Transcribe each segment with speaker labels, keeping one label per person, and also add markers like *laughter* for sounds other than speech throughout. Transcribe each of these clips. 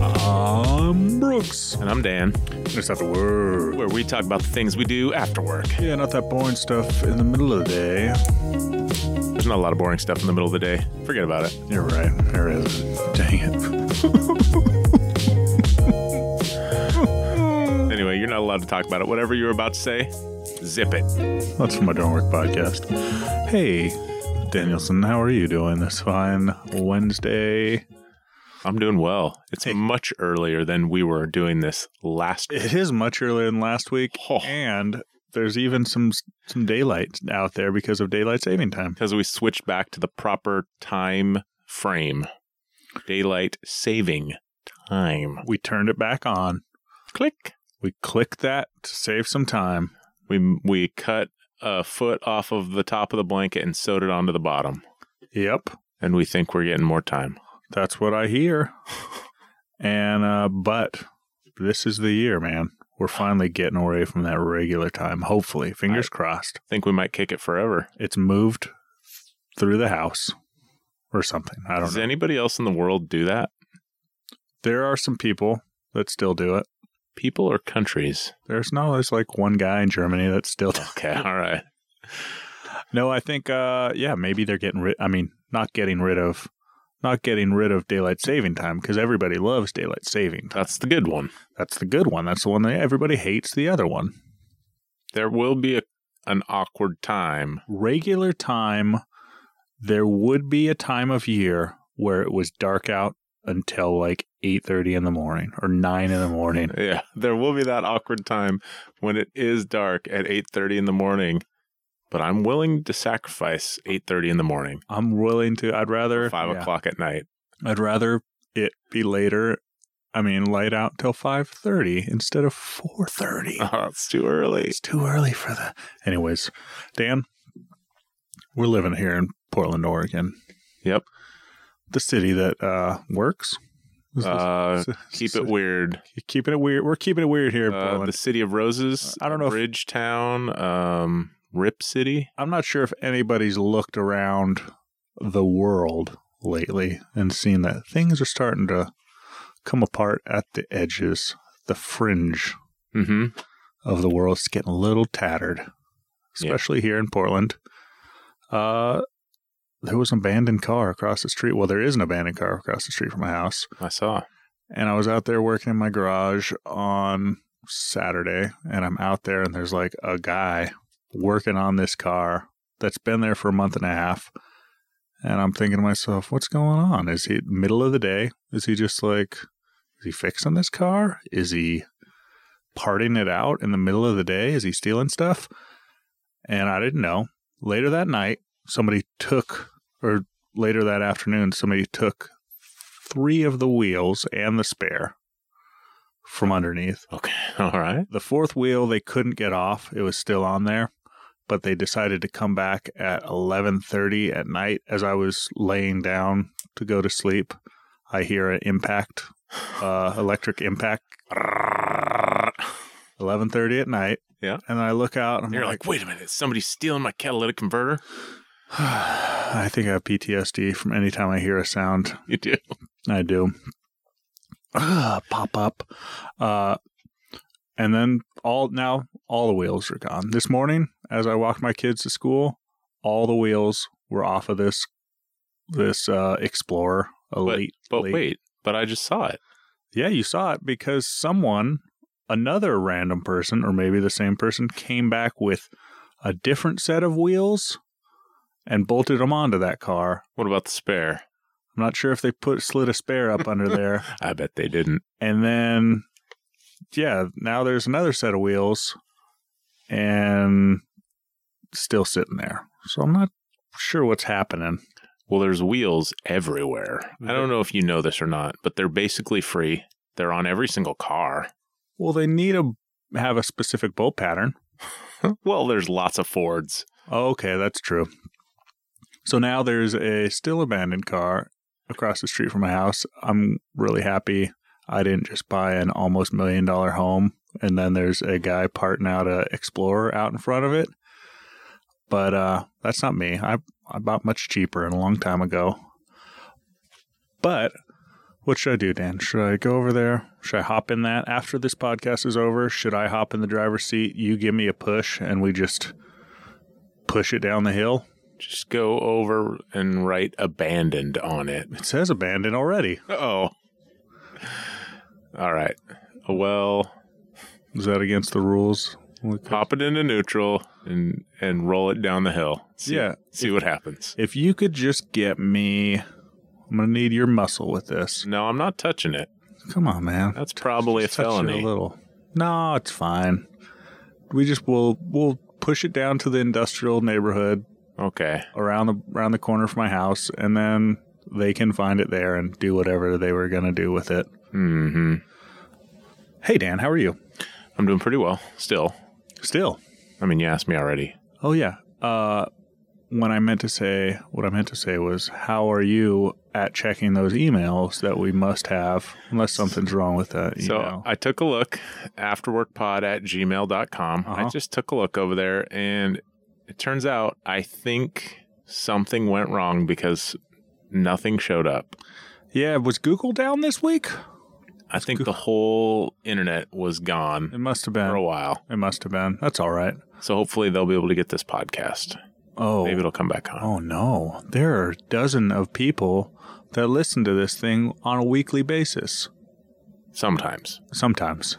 Speaker 1: Um,
Speaker 2: And I'm Dan,
Speaker 1: It's not the word.
Speaker 2: where we talk about the things we do after work.
Speaker 1: Yeah, not that boring stuff in the middle of the day.
Speaker 2: There's not a lot of boring stuff in the middle of the day. Forget about it.
Speaker 1: You're right. There isn't. Dang it.
Speaker 2: Anyway, you're not allowed to talk about it. Whatever you're about to say, zip it.
Speaker 1: That's from my Don't Work podcast. Hey, Danielson, how are you doing this fine Wednesday?
Speaker 2: I'm doing well. It's
Speaker 1: Hey.
Speaker 2: much earlier than we were doing this last. *laughs*
Speaker 1: It is much earlier than last week,
Speaker 2: Oh.
Speaker 1: and there's even some some daylight out there because of daylight saving time.
Speaker 2: Because we switched back to the proper time frame, daylight saving time.
Speaker 1: We turned it back on.
Speaker 2: Click.
Speaker 1: We clicked that to save some time.
Speaker 2: We we cut a foot off of the top of the blanket and sewed it onto the bottom,
Speaker 1: Yep.
Speaker 2: and we think we're getting more time.
Speaker 1: That's what I hear. And uh but this is the year, man. We're finally getting away from that regular time, hopefully. Fingers crossed.
Speaker 2: Think we might kick it forever.
Speaker 1: It's moved through the house or something. I don't
Speaker 2: Does
Speaker 1: know.
Speaker 2: anybody else in the world do that?
Speaker 1: There are some people that still do it.
Speaker 2: People or countries?
Speaker 1: There's no there's like one guy in Germany that still
Speaker 2: Okay, all right.
Speaker 1: No, I think uh yeah, maybe they're getting rid I mean, not getting rid of not getting rid of daylight saving time because everybody loves daylight saving. time.
Speaker 2: That's the good one.
Speaker 1: That's the good one. That's the one that everybody hates the other one.
Speaker 2: There will be a, an awkward time.
Speaker 1: regular time, there would be a time of year where it was dark out until like 8.30 in the morning or 9 in the
Speaker 2: *laughs*
Speaker 1: morning.
Speaker 2: Yeah, there will be that awkward time when it is dark at 8:30 in the morning. But I'm willing to sacrifice 8:30 in the morning,
Speaker 1: I'm willing to, I'd rather,
Speaker 2: five
Speaker 1: yeah.
Speaker 2: o'clock at night.
Speaker 1: I'd rather it be later. I mean, light out till 5.30 instead of 4.30.
Speaker 2: Oh, *laughs* it's too early.
Speaker 1: it's too early for that. Anyways, Dan, we're living here in Portland, Oregon.
Speaker 2: Yep.
Speaker 1: The city that uh, works. Is this- *laughs*
Speaker 2: Uh,
Speaker 1: is-
Speaker 2: keep it weird.
Speaker 1: keeping it weird. We're keeping it weird here in
Speaker 2: Uh,
Speaker 1: Portland.
Speaker 2: the city of roses.
Speaker 1: I don't know if-
Speaker 2: Bridgetown. Um, Rip City.
Speaker 1: I'm not sure if anybody's looked around the world lately and seen that things are starting to come apart at the edges, the fringe
Speaker 2: Mm-hmm.
Speaker 1: of the world. It's getting a little tattered,
Speaker 2: Yeah.
Speaker 1: especially here in Portland. Uh, there was an abandoned car across the street. Well, there is an abandoned car across the street from my house.
Speaker 2: I saw.
Speaker 1: and I was out there working in my garage on Saturday, and I'm out there, and there's like a guy working on this car that's been there for a month and a half. And I'm thinking to myself, what's going on? Is he middle of the day? Is he just like, is he fixing this car? Is he parting it out in the middle of the day? Is he stealing stuff? And I didn't know. Later that night, somebody took, or later that afternoon, somebody took three of the wheels and the spare from underneath.
Speaker 2: Okay. *laughs* All right.
Speaker 1: The fourth wheel they couldn't get off; it was still on there, but they decided to come back at 11:30 at night as I was laying down to go to sleep. I hear an
Speaker 2: *sighs*
Speaker 1: impact, uh, electric impact,
Speaker 2: You're
Speaker 1: 11:30 at night.
Speaker 2: Yeah.
Speaker 1: and I look out. And I'm
Speaker 2: like, wait a minute, somebody's stealing my catalytic converter? *laughs*
Speaker 1: *sighs* I think I have PTSD from any time I hear a sound.
Speaker 2: You do.
Speaker 1: I do. Ah, pop up. Uh, and then all now all the wheels are gone. This morning, as I walked my kids to school, all the wheels were off of this this uh, Explorer Elite.
Speaker 2: But
Speaker 1: Late.
Speaker 2: wait, but I just saw it.
Speaker 1: Yeah, you saw it because someone, another random person, or maybe the same person, came back with a different set of wheels and bolted them onto that car.
Speaker 2: What about the spare?
Speaker 1: I'm not sure if they put slid a spare up
Speaker 2: *laughs*
Speaker 1: under there.
Speaker 2: I bet they didn't.
Speaker 1: and then yeah now there's another set of wheels and still sitting there so i'm not sure what's happening
Speaker 2: Well, there's wheels everywhere. I don't know if you know this or not, but they're basically free. They're on every single car. *laughs*
Speaker 1: well they need to have a specific bolt pattern
Speaker 2: Well, there's lots of Fords.
Speaker 1: Oh, okay that's true so now there's a still abandoned car across the street from my house i'm really happy i didn't just buy an almost million dollar home and then there's a guy parting out a explorer out in front of it but uh, that's not me. I I bought much cheaper and a long time ago. But What should I do, Dan? Should I go over there? Should I hop in that after this podcast is over? Should I hop in the driver's seat? You give me a push and we just push it down the hill?
Speaker 2: Just go over and write abandoned on it. *laughs*
Speaker 1: It says abandoned already.
Speaker 2: Oh. All right. Well,
Speaker 1: Is that against the rules?
Speaker 2: pop it into neutral and and roll it down the hill. See,
Speaker 1: Yeah.
Speaker 2: See what happens.
Speaker 1: If you could just get me, I'm going to need your muscle with this.
Speaker 2: No, I'm not touching it.
Speaker 1: Come on, man.
Speaker 2: That's probably a
Speaker 1: Just *laughs* touch it
Speaker 2: felony.
Speaker 1: A little. No, it's fine. We just will we'll push it down to the industrial neighborhood
Speaker 2: Okay.
Speaker 1: around the around the corner from my house, and then they can find it there and do whatever they were gonna do with it.
Speaker 2: hmm
Speaker 1: Hey Dan, how are you?
Speaker 2: I'm doing pretty well still.
Speaker 1: Still.
Speaker 2: I mean, you asked me already.
Speaker 1: Oh yeah. Uh when I meant to say what I meant to say was how are you at checking those emails that we must have unless something's wrong with that
Speaker 2: So
Speaker 1: email.
Speaker 2: I took a look, afterworkpod at gmail.com. I
Speaker 1: Uh-huh.
Speaker 2: just took a look over there, and it turns out I think something went wrong because nothing showed up.
Speaker 1: yeah, was Google down this week?
Speaker 2: I think the whole internet was gone
Speaker 1: It must have
Speaker 2: for a
Speaker 1: been.
Speaker 2: while.
Speaker 1: It must have been. That's all right.
Speaker 2: So hopefully they'll be able to get this podcast.
Speaker 1: Oh,
Speaker 2: Maybe it'll come back on.
Speaker 1: Oh no, there are a dozen of people that listen to this thing on a weekly basis.
Speaker 2: Sometimes.
Speaker 1: Sometimes.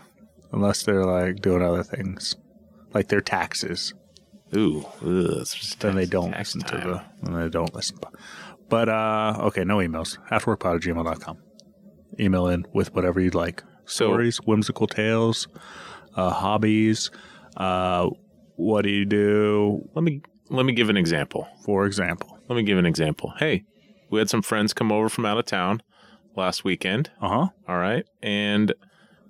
Speaker 1: Unless they're like doing other things. Like their taxes.
Speaker 2: Ooh. Ugh, it's just
Speaker 1: Then they
Speaker 2: tax-
Speaker 1: don't
Speaker 2: tax
Speaker 1: listen
Speaker 2: time.
Speaker 1: to the then they don't listen. But uh okay, no emails. Afterworkpod at gmail.com. Email in with whatever you'd like.
Speaker 2: So-
Speaker 1: Stories, whimsical tales, uh, hobbies, uh, what do you do?
Speaker 2: Let me let me give an example.
Speaker 1: For example.
Speaker 2: Let me give an example. Hey, we had some friends come over from out of town last weekend.
Speaker 1: Uh huh.
Speaker 2: All right. And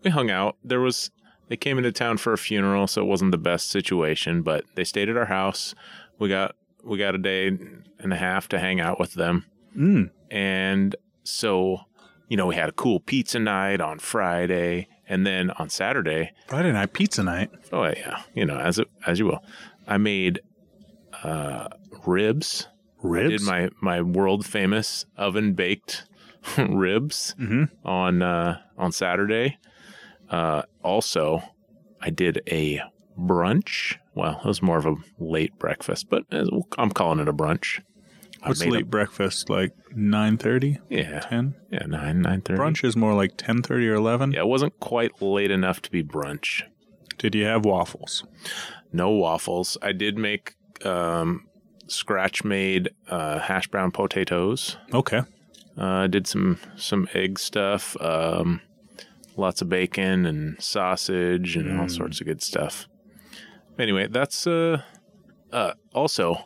Speaker 2: we hung out. There was, they came into town for a funeral, so it wasn't the best situation, but they stayed at our house. We got, we got a day and a half to hang out with them.
Speaker 1: Mm.
Speaker 2: And so, you know, we had a cool pizza night on Friday. And then on Saturday,
Speaker 1: Friday night pizza night.
Speaker 2: oh, yeah, you know, as, it, as you will, I made uh, ribs.
Speaker 1: Ribs.
Speaker 2: Did my, my world famous oven baked *laughs* ribs
Speaker 1: mm-hmm.
Speaker 2: on uh, on Saturday. Uh, also, I did a brunch. Well, it was more of a late breakfast, but uh, I'm calling it a brunch. I
Speaker 1: What's
Speaker 2: made a-
Speaker 1: late breakfast? Like 9.30,
Speaker 2: yeah,
Speaker 1: 10?
Speaker 2: yeah, nine nine thirty.
Speaker 1: Brunch is more like 10.30 or 11.
Speaker 2: Yeah, it wasn't quite late enough to be brunch.
Speaker 1: Did you have waffles?
Speaker 2: No waffles. I did make um, scratch made uh, hash brown potatoes.
Speaker 1: Okay.
Speaker 2: Uh, did some some egg stuff. Um, lots of bacon and sausage and all
Speaker 1: Mm.
Speaker 2: sorts of good stuff. Anyway, that's uh, uh, also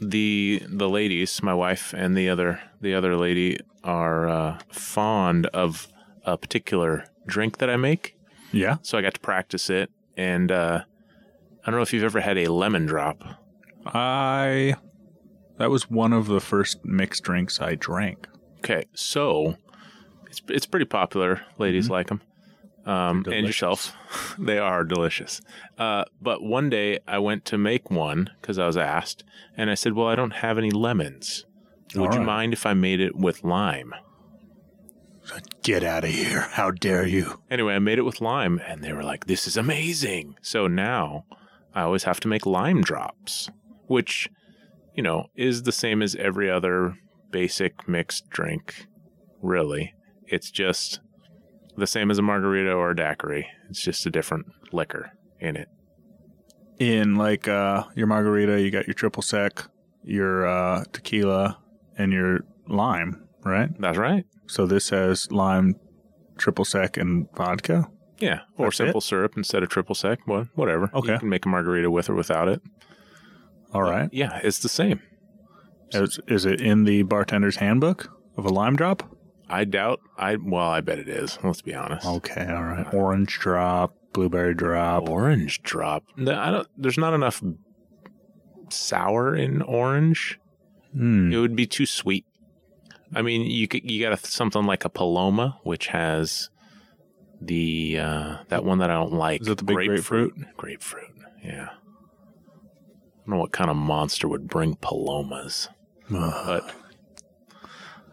Speaker 2: the the ladies, my wife and the other the other lady are uh, fond of a particular drink that I make,
Speaker 1: Yeah.
Speaker 2: so I got to practice it. And uh, I don't know if you've ever had a lemon drop.
Speaker 1: I... That was one of the first mixed drinks I drank.
Speaker 2: Okay, so it's it's pretty popular. Ladies like 'em. like them,
Speaker 1: Mm-hmm.
Speaker 2: um,
Speaker 1: They're
Speaker 2: and
Speaker 1: delicious.
Speaker 2: yourself. *laughs* they are delicious. Uh, but one day I went to make one because I was asked, and I said, "Well, I don't have any lemons. Would
Speaker 1: All
Speaker 2: you
Speaker 1: right.
Speaker 2: mind if I made it with lime?"
Speaker 1: Get out of here. How dare you?
Speaker 2: Anyway, I made it with lime, and they were like, "This is amazing!" So now I always have to make lime drops, which you know is the same as every other basic mixed drink. Really, it's just the same as a margarita or a daiquiri. It's just a different liquor in it.
Speaker 1: In like uh, your margarita, you got your triple sec, your uh, tequila, and your lime, right?
Speaker 2: That's right.
Speaker 1: So this has lime, triple sec, and vodka.
Speaker 2: Yeah, or
Speaker 1: That's
Speaker 2: simple syrup instead of triple sec. Well, whatever.
Speaker 1: Okay.
Speaker 2: you can make a margarita with or without it.
Speaker 1: All right.
Speaker 2: Yeah, it's the same.
Speaker 1: Is, is it in the bartender's handbook of a lime drop?
Speaker 2: I doubt. I well, I bet it is. Let's be honest.
Speaker 1: Okay, all right. Orange drop, blueberry drop.
Speaker 2: orange drop. No, I don't. There's not enough sour in orange.
Speaker 1: Hmm.
Speaker 2: It would be too sweet. I mean, you could, you got a, something like a Paloma, which has the uh, that one that I don't like.
Speaker 1: Is that the big
Speaker 2: grapefruit? Grapefruit. Yeah. I don't know what kind of monster would bring palomas,
Speaker 1: Ugh.
Speaker 2: but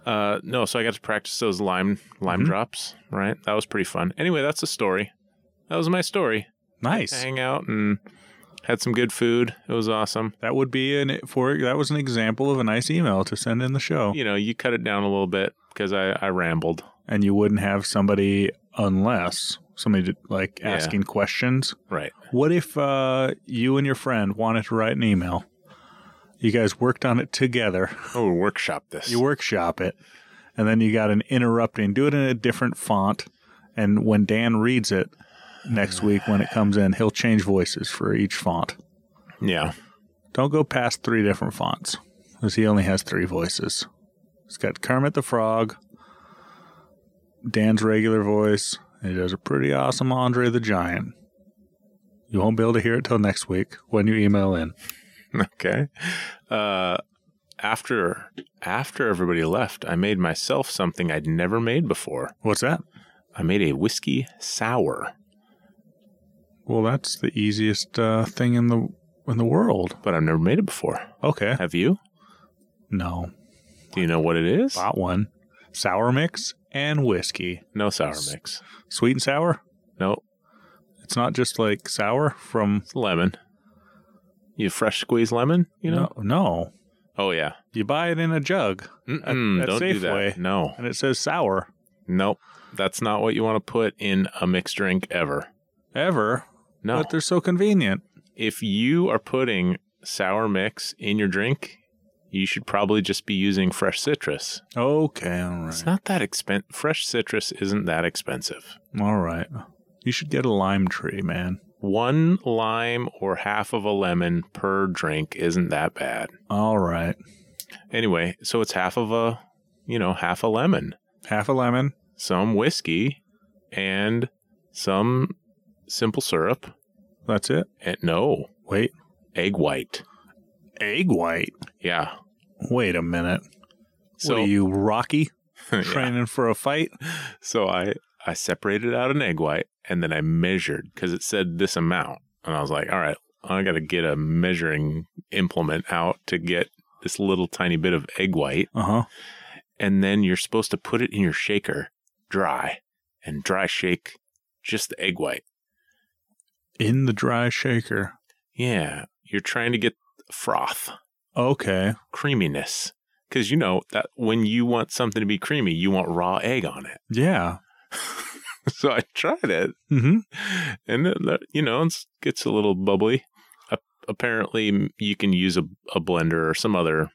Speaker 2: Uh, no, so I got to practice those lime lime
Speaker 1: Mhm.
Speaker 2: drops. Right, that was pretty fun. Anyway, that's the story. That was my story. I
Speaker 1: Nice.
Speaker 2: hang out and Hmm. had some good food. It was awesome.
Speaker 1: That would be an for that was an example of a nice email to send in the show.
Speaker 2: You know, you cut it down a little bit because I, I rambled.
Speaker 1: And you wouldn't have somebody unless somebody did, like
Speaker 2: Yeah.
Speaker 1: asking questions.
Speaker 2: Right.
Speaker 1: What if uh, you and your friend wanted to write an email? You guys worked on it together. *laughs*
Speaker 2: Oh, workshop this.
Speaker 1: You workshop it, and then you got an interrupting. Do it in a different font, and when Dan reads it next week when it comes in, he'll change voices for each font.
Speaker 2: yeah.
Speaker 1: Don't go past three different fonts, because he only has three voices. He's got Kermit the Frog, Dan's regular voice, and he does a pretty awesome Andre the Giant. You won't be able to hear it till next week when you email in.
Speaker 2: *laughs* Okay. Uh, after after everybody left, I made myself something I'd never made before.
Speaker 1: What's that?
Speaker 2: I made a whiskey sour,
Speaker 1: Well, that's the easiest uh, thing in the in the world.
Speaker 2: but I've never made it before.
Speaker 1: Okay.
Speaker 2: Have you?
Speaker 1: No,
Speaker 2: Do you know what it is?
Speaker 1: bought one. Sour mix and whiskey.
Speaker 2: No sour mix.
Speaker 1: Sweet and sour.
Speaker 2: No,
Speaker 1: It's not just like sour from
Speaker 2: it's lemon. You fresh squeeze lemon, you know?
Speaker 1: No, no.
Speaker 2: Oh yeah.
Speaker 1: You buy it in a jug
Speaker 2: Mm-mm,
Speaker 1: at
Speaker 2: don't do
Speaker 1: Safeway.
Speaker 2: that. No.
Speaker 1: and it says sour.
Speaker 2: Nope. That's not what you want to put in a mixed drink ever.
Speaker 1: Ever,
Speaker 2: No.
Speaker 1: but they're so convenient.
Speaker 2: if you are putting sour mix in your drink, you should probably just be using fresh citrus.
Speaker 1: Okay, all right,
Speaker 2: It's not that expensive. Fresh citrus isn't that expensive.
Speaker 1: all right. You should get a lime tree, man.
Speaker 2: One lime or half of a lemon per drink isn't that bad.
Speaker 1: All right,
Speaker 2: Anyway, so it's half of a, you know, half a lemon,
Speaker 1: half a lemon.
Speaker 2: some whiskey, and some simple syrup.
Speaker 1: That's it.
Speaker 2: And no,
Speaker 1: Wait,
Speaker 2: egg white.
Speaker 1: egg white.
Speaker 2: Yeah.
Speaker 1: Wait a minute.
Speaker 2: So
Speaker 1: what are you, Rocky,
Speaker 2: *laughs* Yeah.
Speaker 1: training for a fight?
Speaker 2: So I I separated out an egg white and then I measured because it said this amount, and I was like, all right, I got to get a measuring implement out to get this little tiny bit of egg white,
Speaker 1: Uh huh.
Speaker 2: and then you're supposed to put it in your shaker, dry, and dry shake just the egg white.
Speaker 1: In the dry shaker.
Speaker 2: Yeah, you're trying to get froth,
Speaker 1: Okay.
Speaker 2: creaminess, because you know that when you want something to be creamy, you want raw egg on it. *laughs*
Speaker 1: Yeah.
Speaker 2: so I tried it,
Speaker 1: Mm-hmm.
Speaker 2: *laughs* and it, that- you know it gets a little bubbly. A- apparently, you can use a, a blender or some other,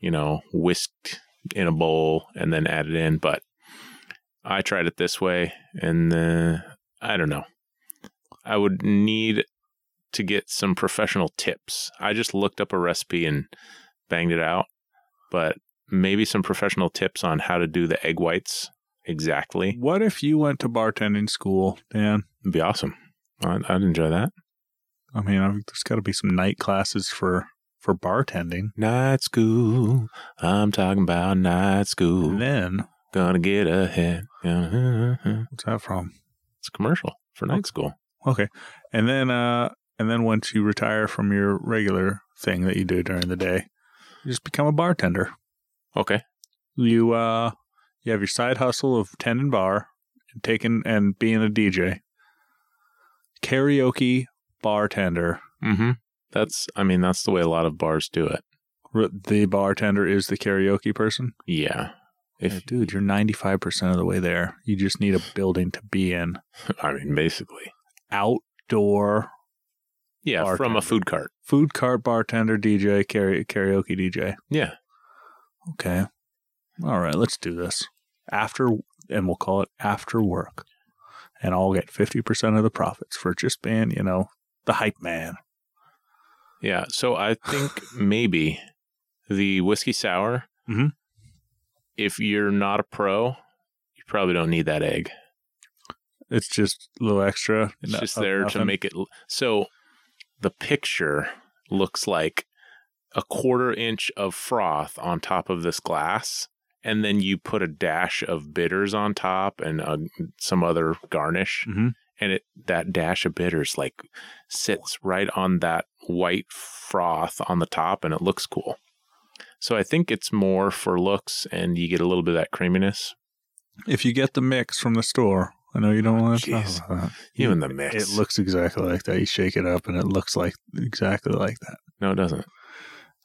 Speaker 2: you know, whisked in a bowl and then add it in. But I tried it this way, and uh, I don't know. I would need to get some professional tips. I just looked up a recipe and banged it out, but maybe some professional tips on how to do the egg whites exactly
Speaker 1: What if you went to bartending school, Dan?
Speaker 2: would be awesome. I'd, I'd enjoy that.
Speaker 1: I mean, I there's got to be some night classes for for bartending.
Speaker 2: Night school. I'm talking about night
Speaker 1: And
Speaker 2: school.
Speaker 1: then
Speaker 2: Gonna get ahead. It's
Speaker 1: what's that from?
Speaker 2: a commercial for night school.
Speaker 1: Okay, and then uh, and then once you retire from your regular thing that you do during the day, you just become a bartender.
Speaker 2: Okay.
Speaker 1: You uh, you have your side hustle of tending bar, and taking and being a DJ, karaoke bartender.
Speaker 2: Mm-hmm. That's, I mean, that's the way a lot of bars do it.
Speaker 1: R- The bartender is the karaoke person.
Speaker 2: Yeah.
Speaker 1: Yeah,
Speaker 2: If,
Speaker 1: dude, you're 95% of the way there. You just need a building to be in.
Speaker 2: I mean, basically.
Speaker 1: Outdoor
Speaker 2: Yeah. From
Speaker 1: Bartender.
Speaker 2: a food cart.
Speaker 1: food cart bartender, DJ, kara- karaoke DJ.
Speaker 2: Yeah.
Speaker 1: Okay. All right, let's do this. After, and we'll call it after work. And I'll get 50% of the profits for just being, you know, the hype man.
Speaker 2: Yeah. So I *laughs* think maybe the whiskey sour,
Speaker 1: Mhm.
Speaker 2: if you're not a pro, you probably don't need that egg.
Speaker 1: It's just a little extra.
Speaker 2: It's
Speaker 1: no-
Speaker 2: just
Speaker 1: of
Speaker 2: there to
Speaker 1: nothing.
Speaker 2: make it. l- So the picture looks like a quarter inch of froth on top of this glass. And then you put a dash of bitters on top and uh, some other garnish.
Speaker 1: Mhm.
Speaker 2: And it that dash of bitters like sits right on that white froth on the top and it looks cool. So I think it's more for looks and you get a little bit of that creaminess.
Speaker 1: If you get the mix from the store, I know you don't want to talk
Speaker 2: Oh, Jeez.
Speaker 1: about that.
Speaker 2: Even the mix.
Speaker 1: It looks exactly like that. You shake it up and it looks like exactly like that.
Speaker 2: no, it doesn't.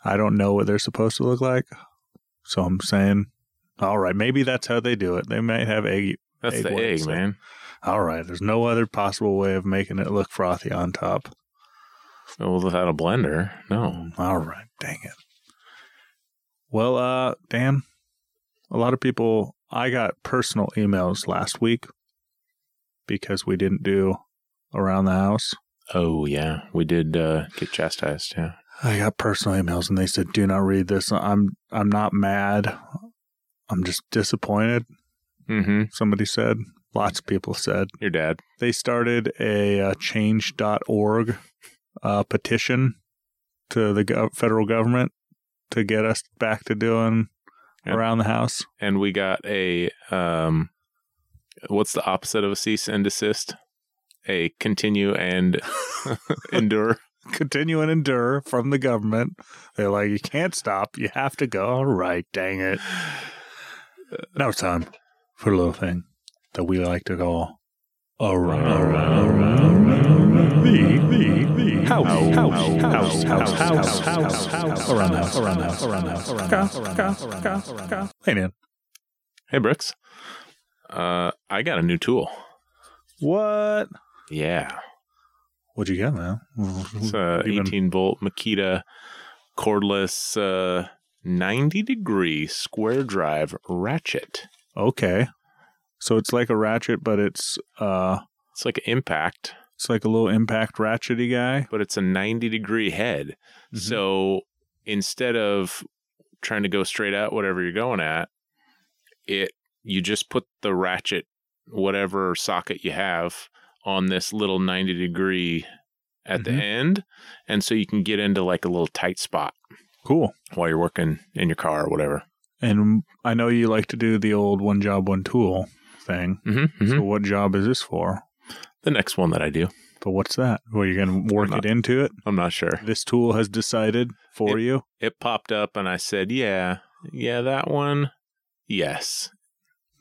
Speaker 1: I don't know what they're supposed to look like. So I'm saying, all right, maybe that's how they do it. They might have egg.
Speaker 2: That's
Speaker 1: Egg
Speaker 2: the
Speaker 1: white,
Speaker 2: egg,
Speaker 1: so-
Speaker 2: man.
Speaker 1: All right, there's no other possible way of making it look frothy on top.
Speaker 2: Oh, Well, without a blender, no.
Speaker 1: All right, dang it. Well, uh, Dan, a lot of people, I got personal emails last week because we didn't do around the house.
Speaker 2: Oh yeah, we did uh, get chastised. Yeah,
Speaker 1: I got personal emails and they said, "Do not read this." I'm I'm not mad. I'm just disappointed.
Speaker 2: mm-hmm.
Speaker 1: Somebody said. Lots of people said
Speaker 2: your dad.
Speaker 1: they started a uh, change.org uh, petition to the gov- federal government to get us back to doing
Speaker 2: Yeah.
Speaker 1: around the house.
Speaker 2: and we got a um what's the opposite of a cease and desist a continue and *laughs* endure
Speaker 1: Continue and endure from the government. They're like, you can't stop. You have to go. All right, dang it. Now it's time for a little thing that we like to call around, the, the, the house, house, house, house, house, house, house, house, around the house, around the house, around the house, around the house, around the house, around the house, around the house. Hey, Dan.
Speaker 2: hey brooks uh i got a new tool
Speaker 1: What?
Speaker 2: yeah
Speaker 1: What'd you get, man?
Speaker 2: it's uh, a
Speaker 1: You've been-
Speaker 2: 18 volt makita cordless uh 90 degree square drive ratchet
Speaker 1: Okay. So it's like a ratchet, but it's uh,
Speaker 2: it's like an impact
Speaker 1: it's like a little impact ratchety guy.
Speaker 2: but it's a 90 degree head So instead of trying to go straight at whatever you're going at, it you just put the ratchet whatever socket you have on this little 90 degree at
Speaker 1: Mhm.
Speaker 2: the end and so you can get into like a little tight spot
Speaker 1: cool.
Speaker 2: while you're working in your car or whatever.
Speaker 1: And I know you like to do the old one job, one tool thing.
Speaker 2: hmm
Speaker 1: So what job is this for?
Speaker 2: The next one that I do,
Speaker 1: But what's that? Well, you're going to work
Speaker 2: Not-
Speaker 1: it into it.
Speaker 2: I'm not sure.
Speaker 1: This tool has decided for you.
Speaker 2: It popped up and I said, "Yeah, yeah, that one." Yes.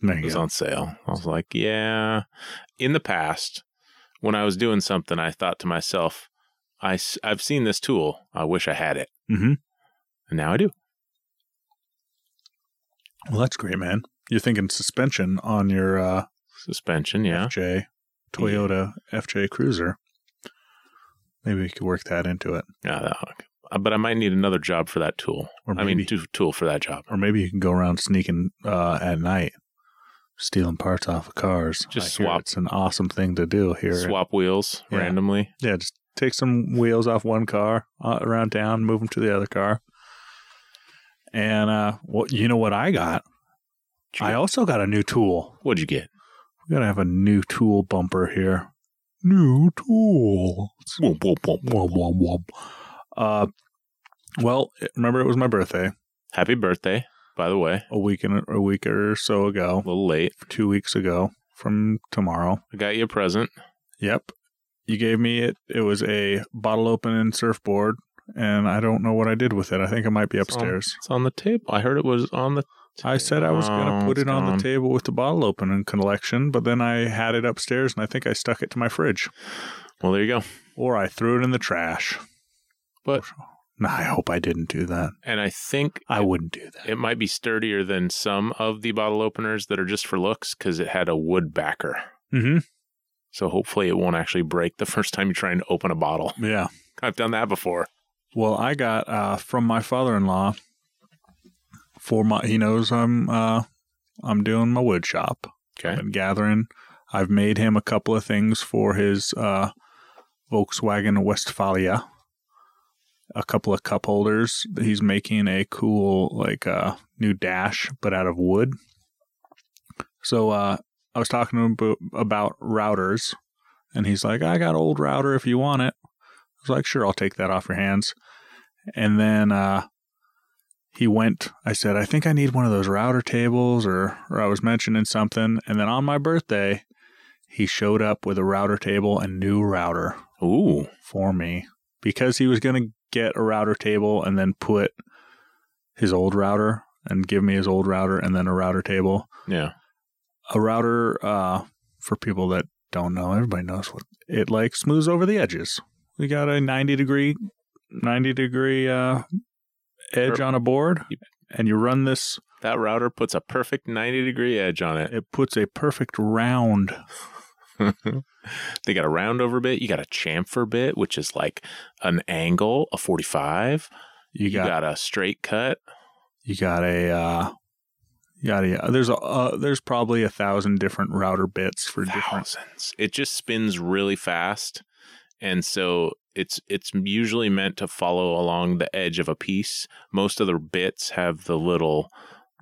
Speaker 1: There
Speaker 2: It
Speaker 1: you
Speaker 2: was
Speaker 1: go.
Speaker 2: on sale. I was like, yeah. In the past, when I was doing something, I thought to myself, I, have seen this tool. I wish I had it.
Speaker 1: Mhm.
Speaker 2: And now I do.
Speaker 1: Well, that's great, man. You're thinking suspension on your uh,
Speaker 2: Suspension, yeah.
Speaker 1: FJ Toyota FJ Cruiser. Maybe we could work that into it,
Speaker 2: yeah that, Uh, but I might need another job for that tool.
Speaker 1: or maybe
Speaker 2: I mean, t- tool for that job.
Speaker 1: or maybe you can go around sneaking uh, at night, stealing parts off of cars.
Speaker 2: Just
Speaker 1: I hear
Speaker 2: swap-
Speaker 1: It's an awesome thing to do here.
Speaker 2: Swap wheels
Speaker 1: Yeah.
Speaker 2: randomly.
Speaker 1: Yeah, just take some wheels off one car uh, around town, move them to the other car. And uh, well, you know what I got? I also got a new tool.
Speaker 2: What'd you get?
Speaker 1: We gotta have a new tool bumper here. New tool. Womp, womp, womp. Uh, well, remember it was my birthday
Speaker 2: Happy birthday, by the way.
Speaker 1: a week and a week or so ago.
Speaker 2: A little late.
Speaker 1: two weeks ago from tomorrow.
Speaker 2: I got you a present.
Speaker 1: Yep. You gave me it. It was a bottle opening surfboard, and I don't know what I did with it. I think it might be
Speaker 2: It's on-
Speaker 1: upstairs.
Speaker 2: It's on the table. I heard it was on the.
Speaker 1: I said I was going to
Speaker 2: Oh,
Speaker 1: put
Speaker 2: it's
Speaker 1: it on
Speaker 2: gone.
Speaker 1: the table with the bottle opening collection, but then I had it upstairs and I think I stuck it to my fridge
Speaker 2: Well, there you go.
Speaker 1: or I threw it in the trash.
Speaker 2: But-
Speaker 1: Nah, I hope I didn't do that.
Speaker 2: And I think
Speaker 1: I wouldn't do that.
Speaker 2: It might be sturdier than some of the bottle openers that are just for looks because it had a wood backer.
Speaker 1: Mm-hmm.
Speaker 2: So hopefully it won't actually break the *laughs* first time you're trying to open a bottle. *laughs*
Speaker 1: Yeah.
Speaker 2: I've done that before.
Speaker 1: Well, I got uh, from my father-in-law for my. He knows I'm uh, I'm doing my wood shop.
Speaker 2: Okay.
Speaker 1: Been gathering. I've made him a couple of things for his uh, Volkswagen Westphalia. A couple of cup holders. He's making a cool like uh, new dash, but out of wood. So uh, I was talking to him abo- about routers, and he's like, "I got an old router if you want it." I was like, "Sure, I'll take that off your hands." And then uh, he went. I said, "I think I need one of those router tables," or or I was mentioning something. And then on my birthday, he showed up with a router table and new router
Speaker 2: Ooh.
Speaker 1: for me because he was going to get a router table and then put his old router and give me his old router and then a router table.
Speaker 2: Yeah.
Speaker 1: A router, uh, for people that don't know, everybody knows what it like smooths over the edges. We got a 90 degree, 90 degree, uh, edge
Speaker 2: Sure.
Speaker 1: on a board
Speaker 2: Yep.
Speaker 1: and you run this,
Speaker 2: That router puts a perfect 90 degree edge on it. *laughs*
Speaker 1: it puts a perfect round.
Speaker 2: they got a roundover bit. You got a chamfer bit, which is like an angle, a 45.
Speaker 1: You
Speaker 2: You
Speaker 1: got,
Speaker 2: got a straight cut.
Speaker 1: you got a, uh, you got a, there's a, uh, there's probably a thousand different router bits for different
Speaker 2: thousands. It just spins really fast, and so it's it's usually meant to follow along the edge of a piece. Most of the bits have the little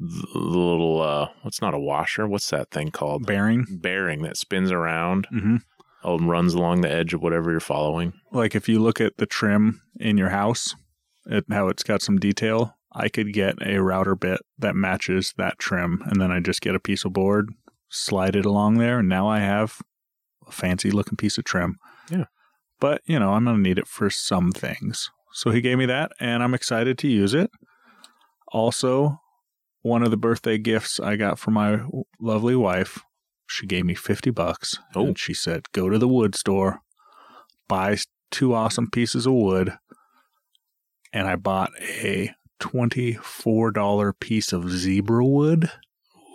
Speaker 2: the little uh what's not a washer what's that thing called
Speaker 1: bearing.
Speaker 2: bearing that spins around
Speaker 1: Mm-hmm.
Speaker 2: and runs along the edge of whatever you're following
Speaker 1: like if you look at the trim in your house at how it's got some detail i could get a router bit that matches that trim and then i just get a piece of board slide it along there and now i have a fancy looking piece of trim
Speaker 2: Yeah.
Speaker 1: but you know i'm gonna need it for some things so he gave me that and i'm excited to use it also one of the birthday gifts i got for my lovely wife she gave me 50 bucks
Speaker 2: Oh.
Speaker 1: and she said go to the wood store buy two awesome pieces of wood and I bought a $24 piece of zebra wood.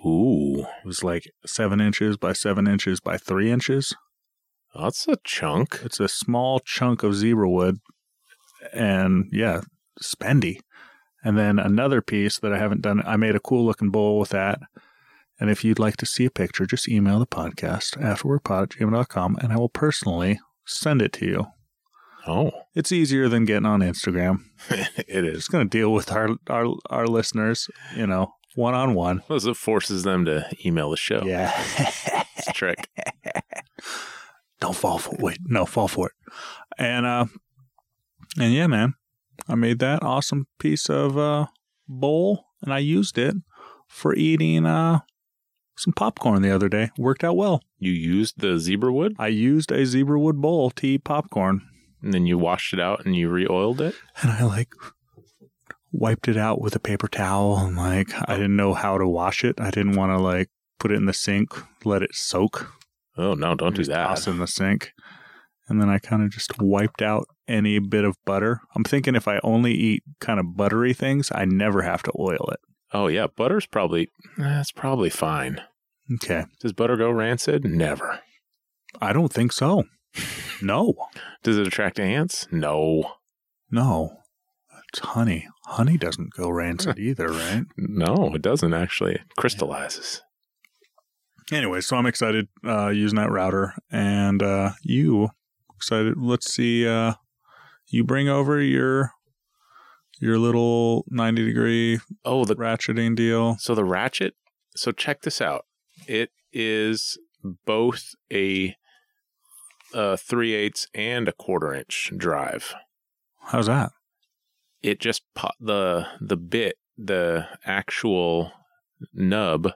Speaker 2: ooh
Speaker 1: It was like seven inches by seven inches by three inches.
Speaker 2: that's a chunk
Speaker 1: It's a small chunk of zebra wood and yeah, spendy. And then another piece that I haven't done, I made a cool looking bowl with that. And if you'd like to see a picture, just email the podcast afterwardpod@gmail.com, and I will personally send it to you.
Speaker 2: oh *laughs*
Speaker 1: It's easier than getting on Instagram.
Speaker 2: it is
Speaker 1: just going to deal with our our our listeners, you know, one on one.
Speaker 2: Plus, it forces them to email the show
Speaker 1: Yeah, *laughs*
Speaker 2: it's a trick
Speaker 1: don't fall for it. Wait, no, fall for it. And uh, and yeah, man, I made that awesome piece of uh bowl, and I used it for eating uh some popcorn the other day. Worked out well.
Speaker 2: you used the zebra wood
Speaker 1: I used a zebra wood bowl to eat popcorn,
Speaker 2: and then you washed it out and you re-oiled it
Speaker 1: and I like wiped it out with a paper towel and like I didn't know how to wash it. I didn't want to like put it in the sink, let it soak.
Speaker 2: oh no don't do
Speaker 1: just
Speaker 2: that
Speaker 1: Toss in the sink. And then I kind of just wiped out any bit of butter. I'm thinking if I only eat kind of buttery things, I never have to oil it.
Speaker 2: Oh yeah, butter's probably that's probably fine.
Speaker 1: Okay.
Speaker 2: Does butter go rancid? Never.
Speaker 1: I don't think
Speaker 2: *laughs*
Speaker 1: so. No.
Speaker 2: Does it attract ants? No.
Speaker 1: No. It's honey. Honey doesn't go
Speaker 2: *laughs*
Speaker 1: rancid either, right?
Speaker 2: No, it doesn't actually. It crystallizes.
Speaker 1: Anyway, so I'm excited uh, using that router. And uh, you excited? Let's see. Uh, you bring over your your little 90 degree
Speaker 2: Oh, the
Speaker 1: ratcheting deal.
Speaker 2: so the ratchet. So check this out. It is both a uh three eighths and a quarter inch drive.
Speaker 1: How's that?
Speaker 2: It just po- the the bit the actual nub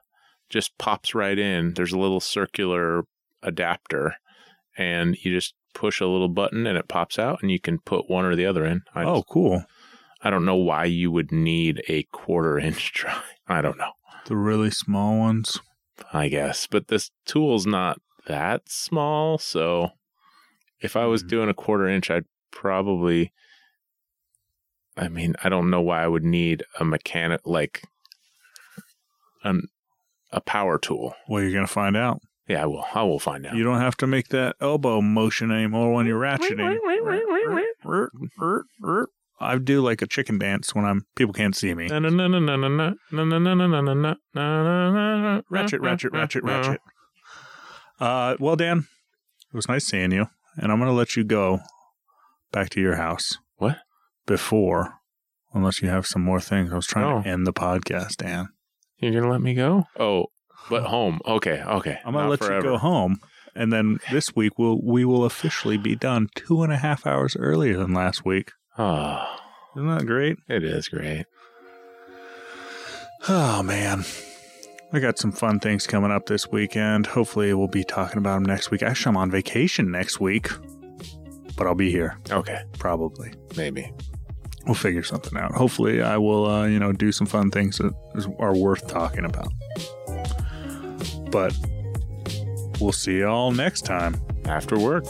Speaker 2: just pops right in. There's a little circular adapter, and you just push a little button and it pops out, and you can put one or the other in. I,
Speaker 1: oh,
Speaker 2: just-
Speaker 1: cool.
Speaker 2: I don't know why you would need a quarter inch *laughs* drive. I don't know,
Speaker 1: The really small ones.
Speaker 2: I guess. But this tool's not that small. So if I was
Speaker 1: Mhm.
Speaker 2: doing a quarter inch, I'd probably. I mean, I don't know why I would need a mechanic like an a power tool.
Speaker 1: Well, you're gonna find out.
Speaker 2: Yeah, I will. I will find out.
Speaker 1: You don't have to make that elbow motion anymore when you're ratcheting. I do like a chicken dance when I'm people can't see me.
Speaker 2: Na- na- na- na- na- na- na- na- na- na- na- na- na- na- na- na-
Speaker 1: Ratchet,
Speaker 2: na-
Speaker 1: ratchet,
Speaker 2: na-
Speaker 1: ratchet,
Speaker 2: na-
Speaker 1: ratchet. Uh, well, Dan, it was nice seeing you, and I'm gonna let you go back to your house.
Speaker 2: What?
Speaker 1: Before, unless you have some more things. I was trying to
Speaker 2: No.
Speaker 1: end the podcast, Dan.
Speaker 2: You're gonna let me go? Oh, but home. Okay, okay.
Speaker 1: I'm gonna
Speaker 2: Not
Speaker 1: let
Speaker 2: forever.
Speaker 1: you go home, and then this week we'll we will officially be done two and a half hours earlier than last week.
Speaker 2: Oh,
Speaker 1: Isn't that great? *sighs*
Speaker 2: it is great.
Speaker 1: Oh man, I got some fun things coming up this weekend. Hopefully, we'll be talking about them next week. Actually, I'm on vacation next week, but I'll be here
Speaker 2: Okay,
Speaker 1: probably.
Speaker 2: maybe.
Speaker 1: we'll figure something out. Hopefully, I will, uh, you know, do some fun things that is, are worth talking about. But we'll see y'all next time.
Speaker 2: After work.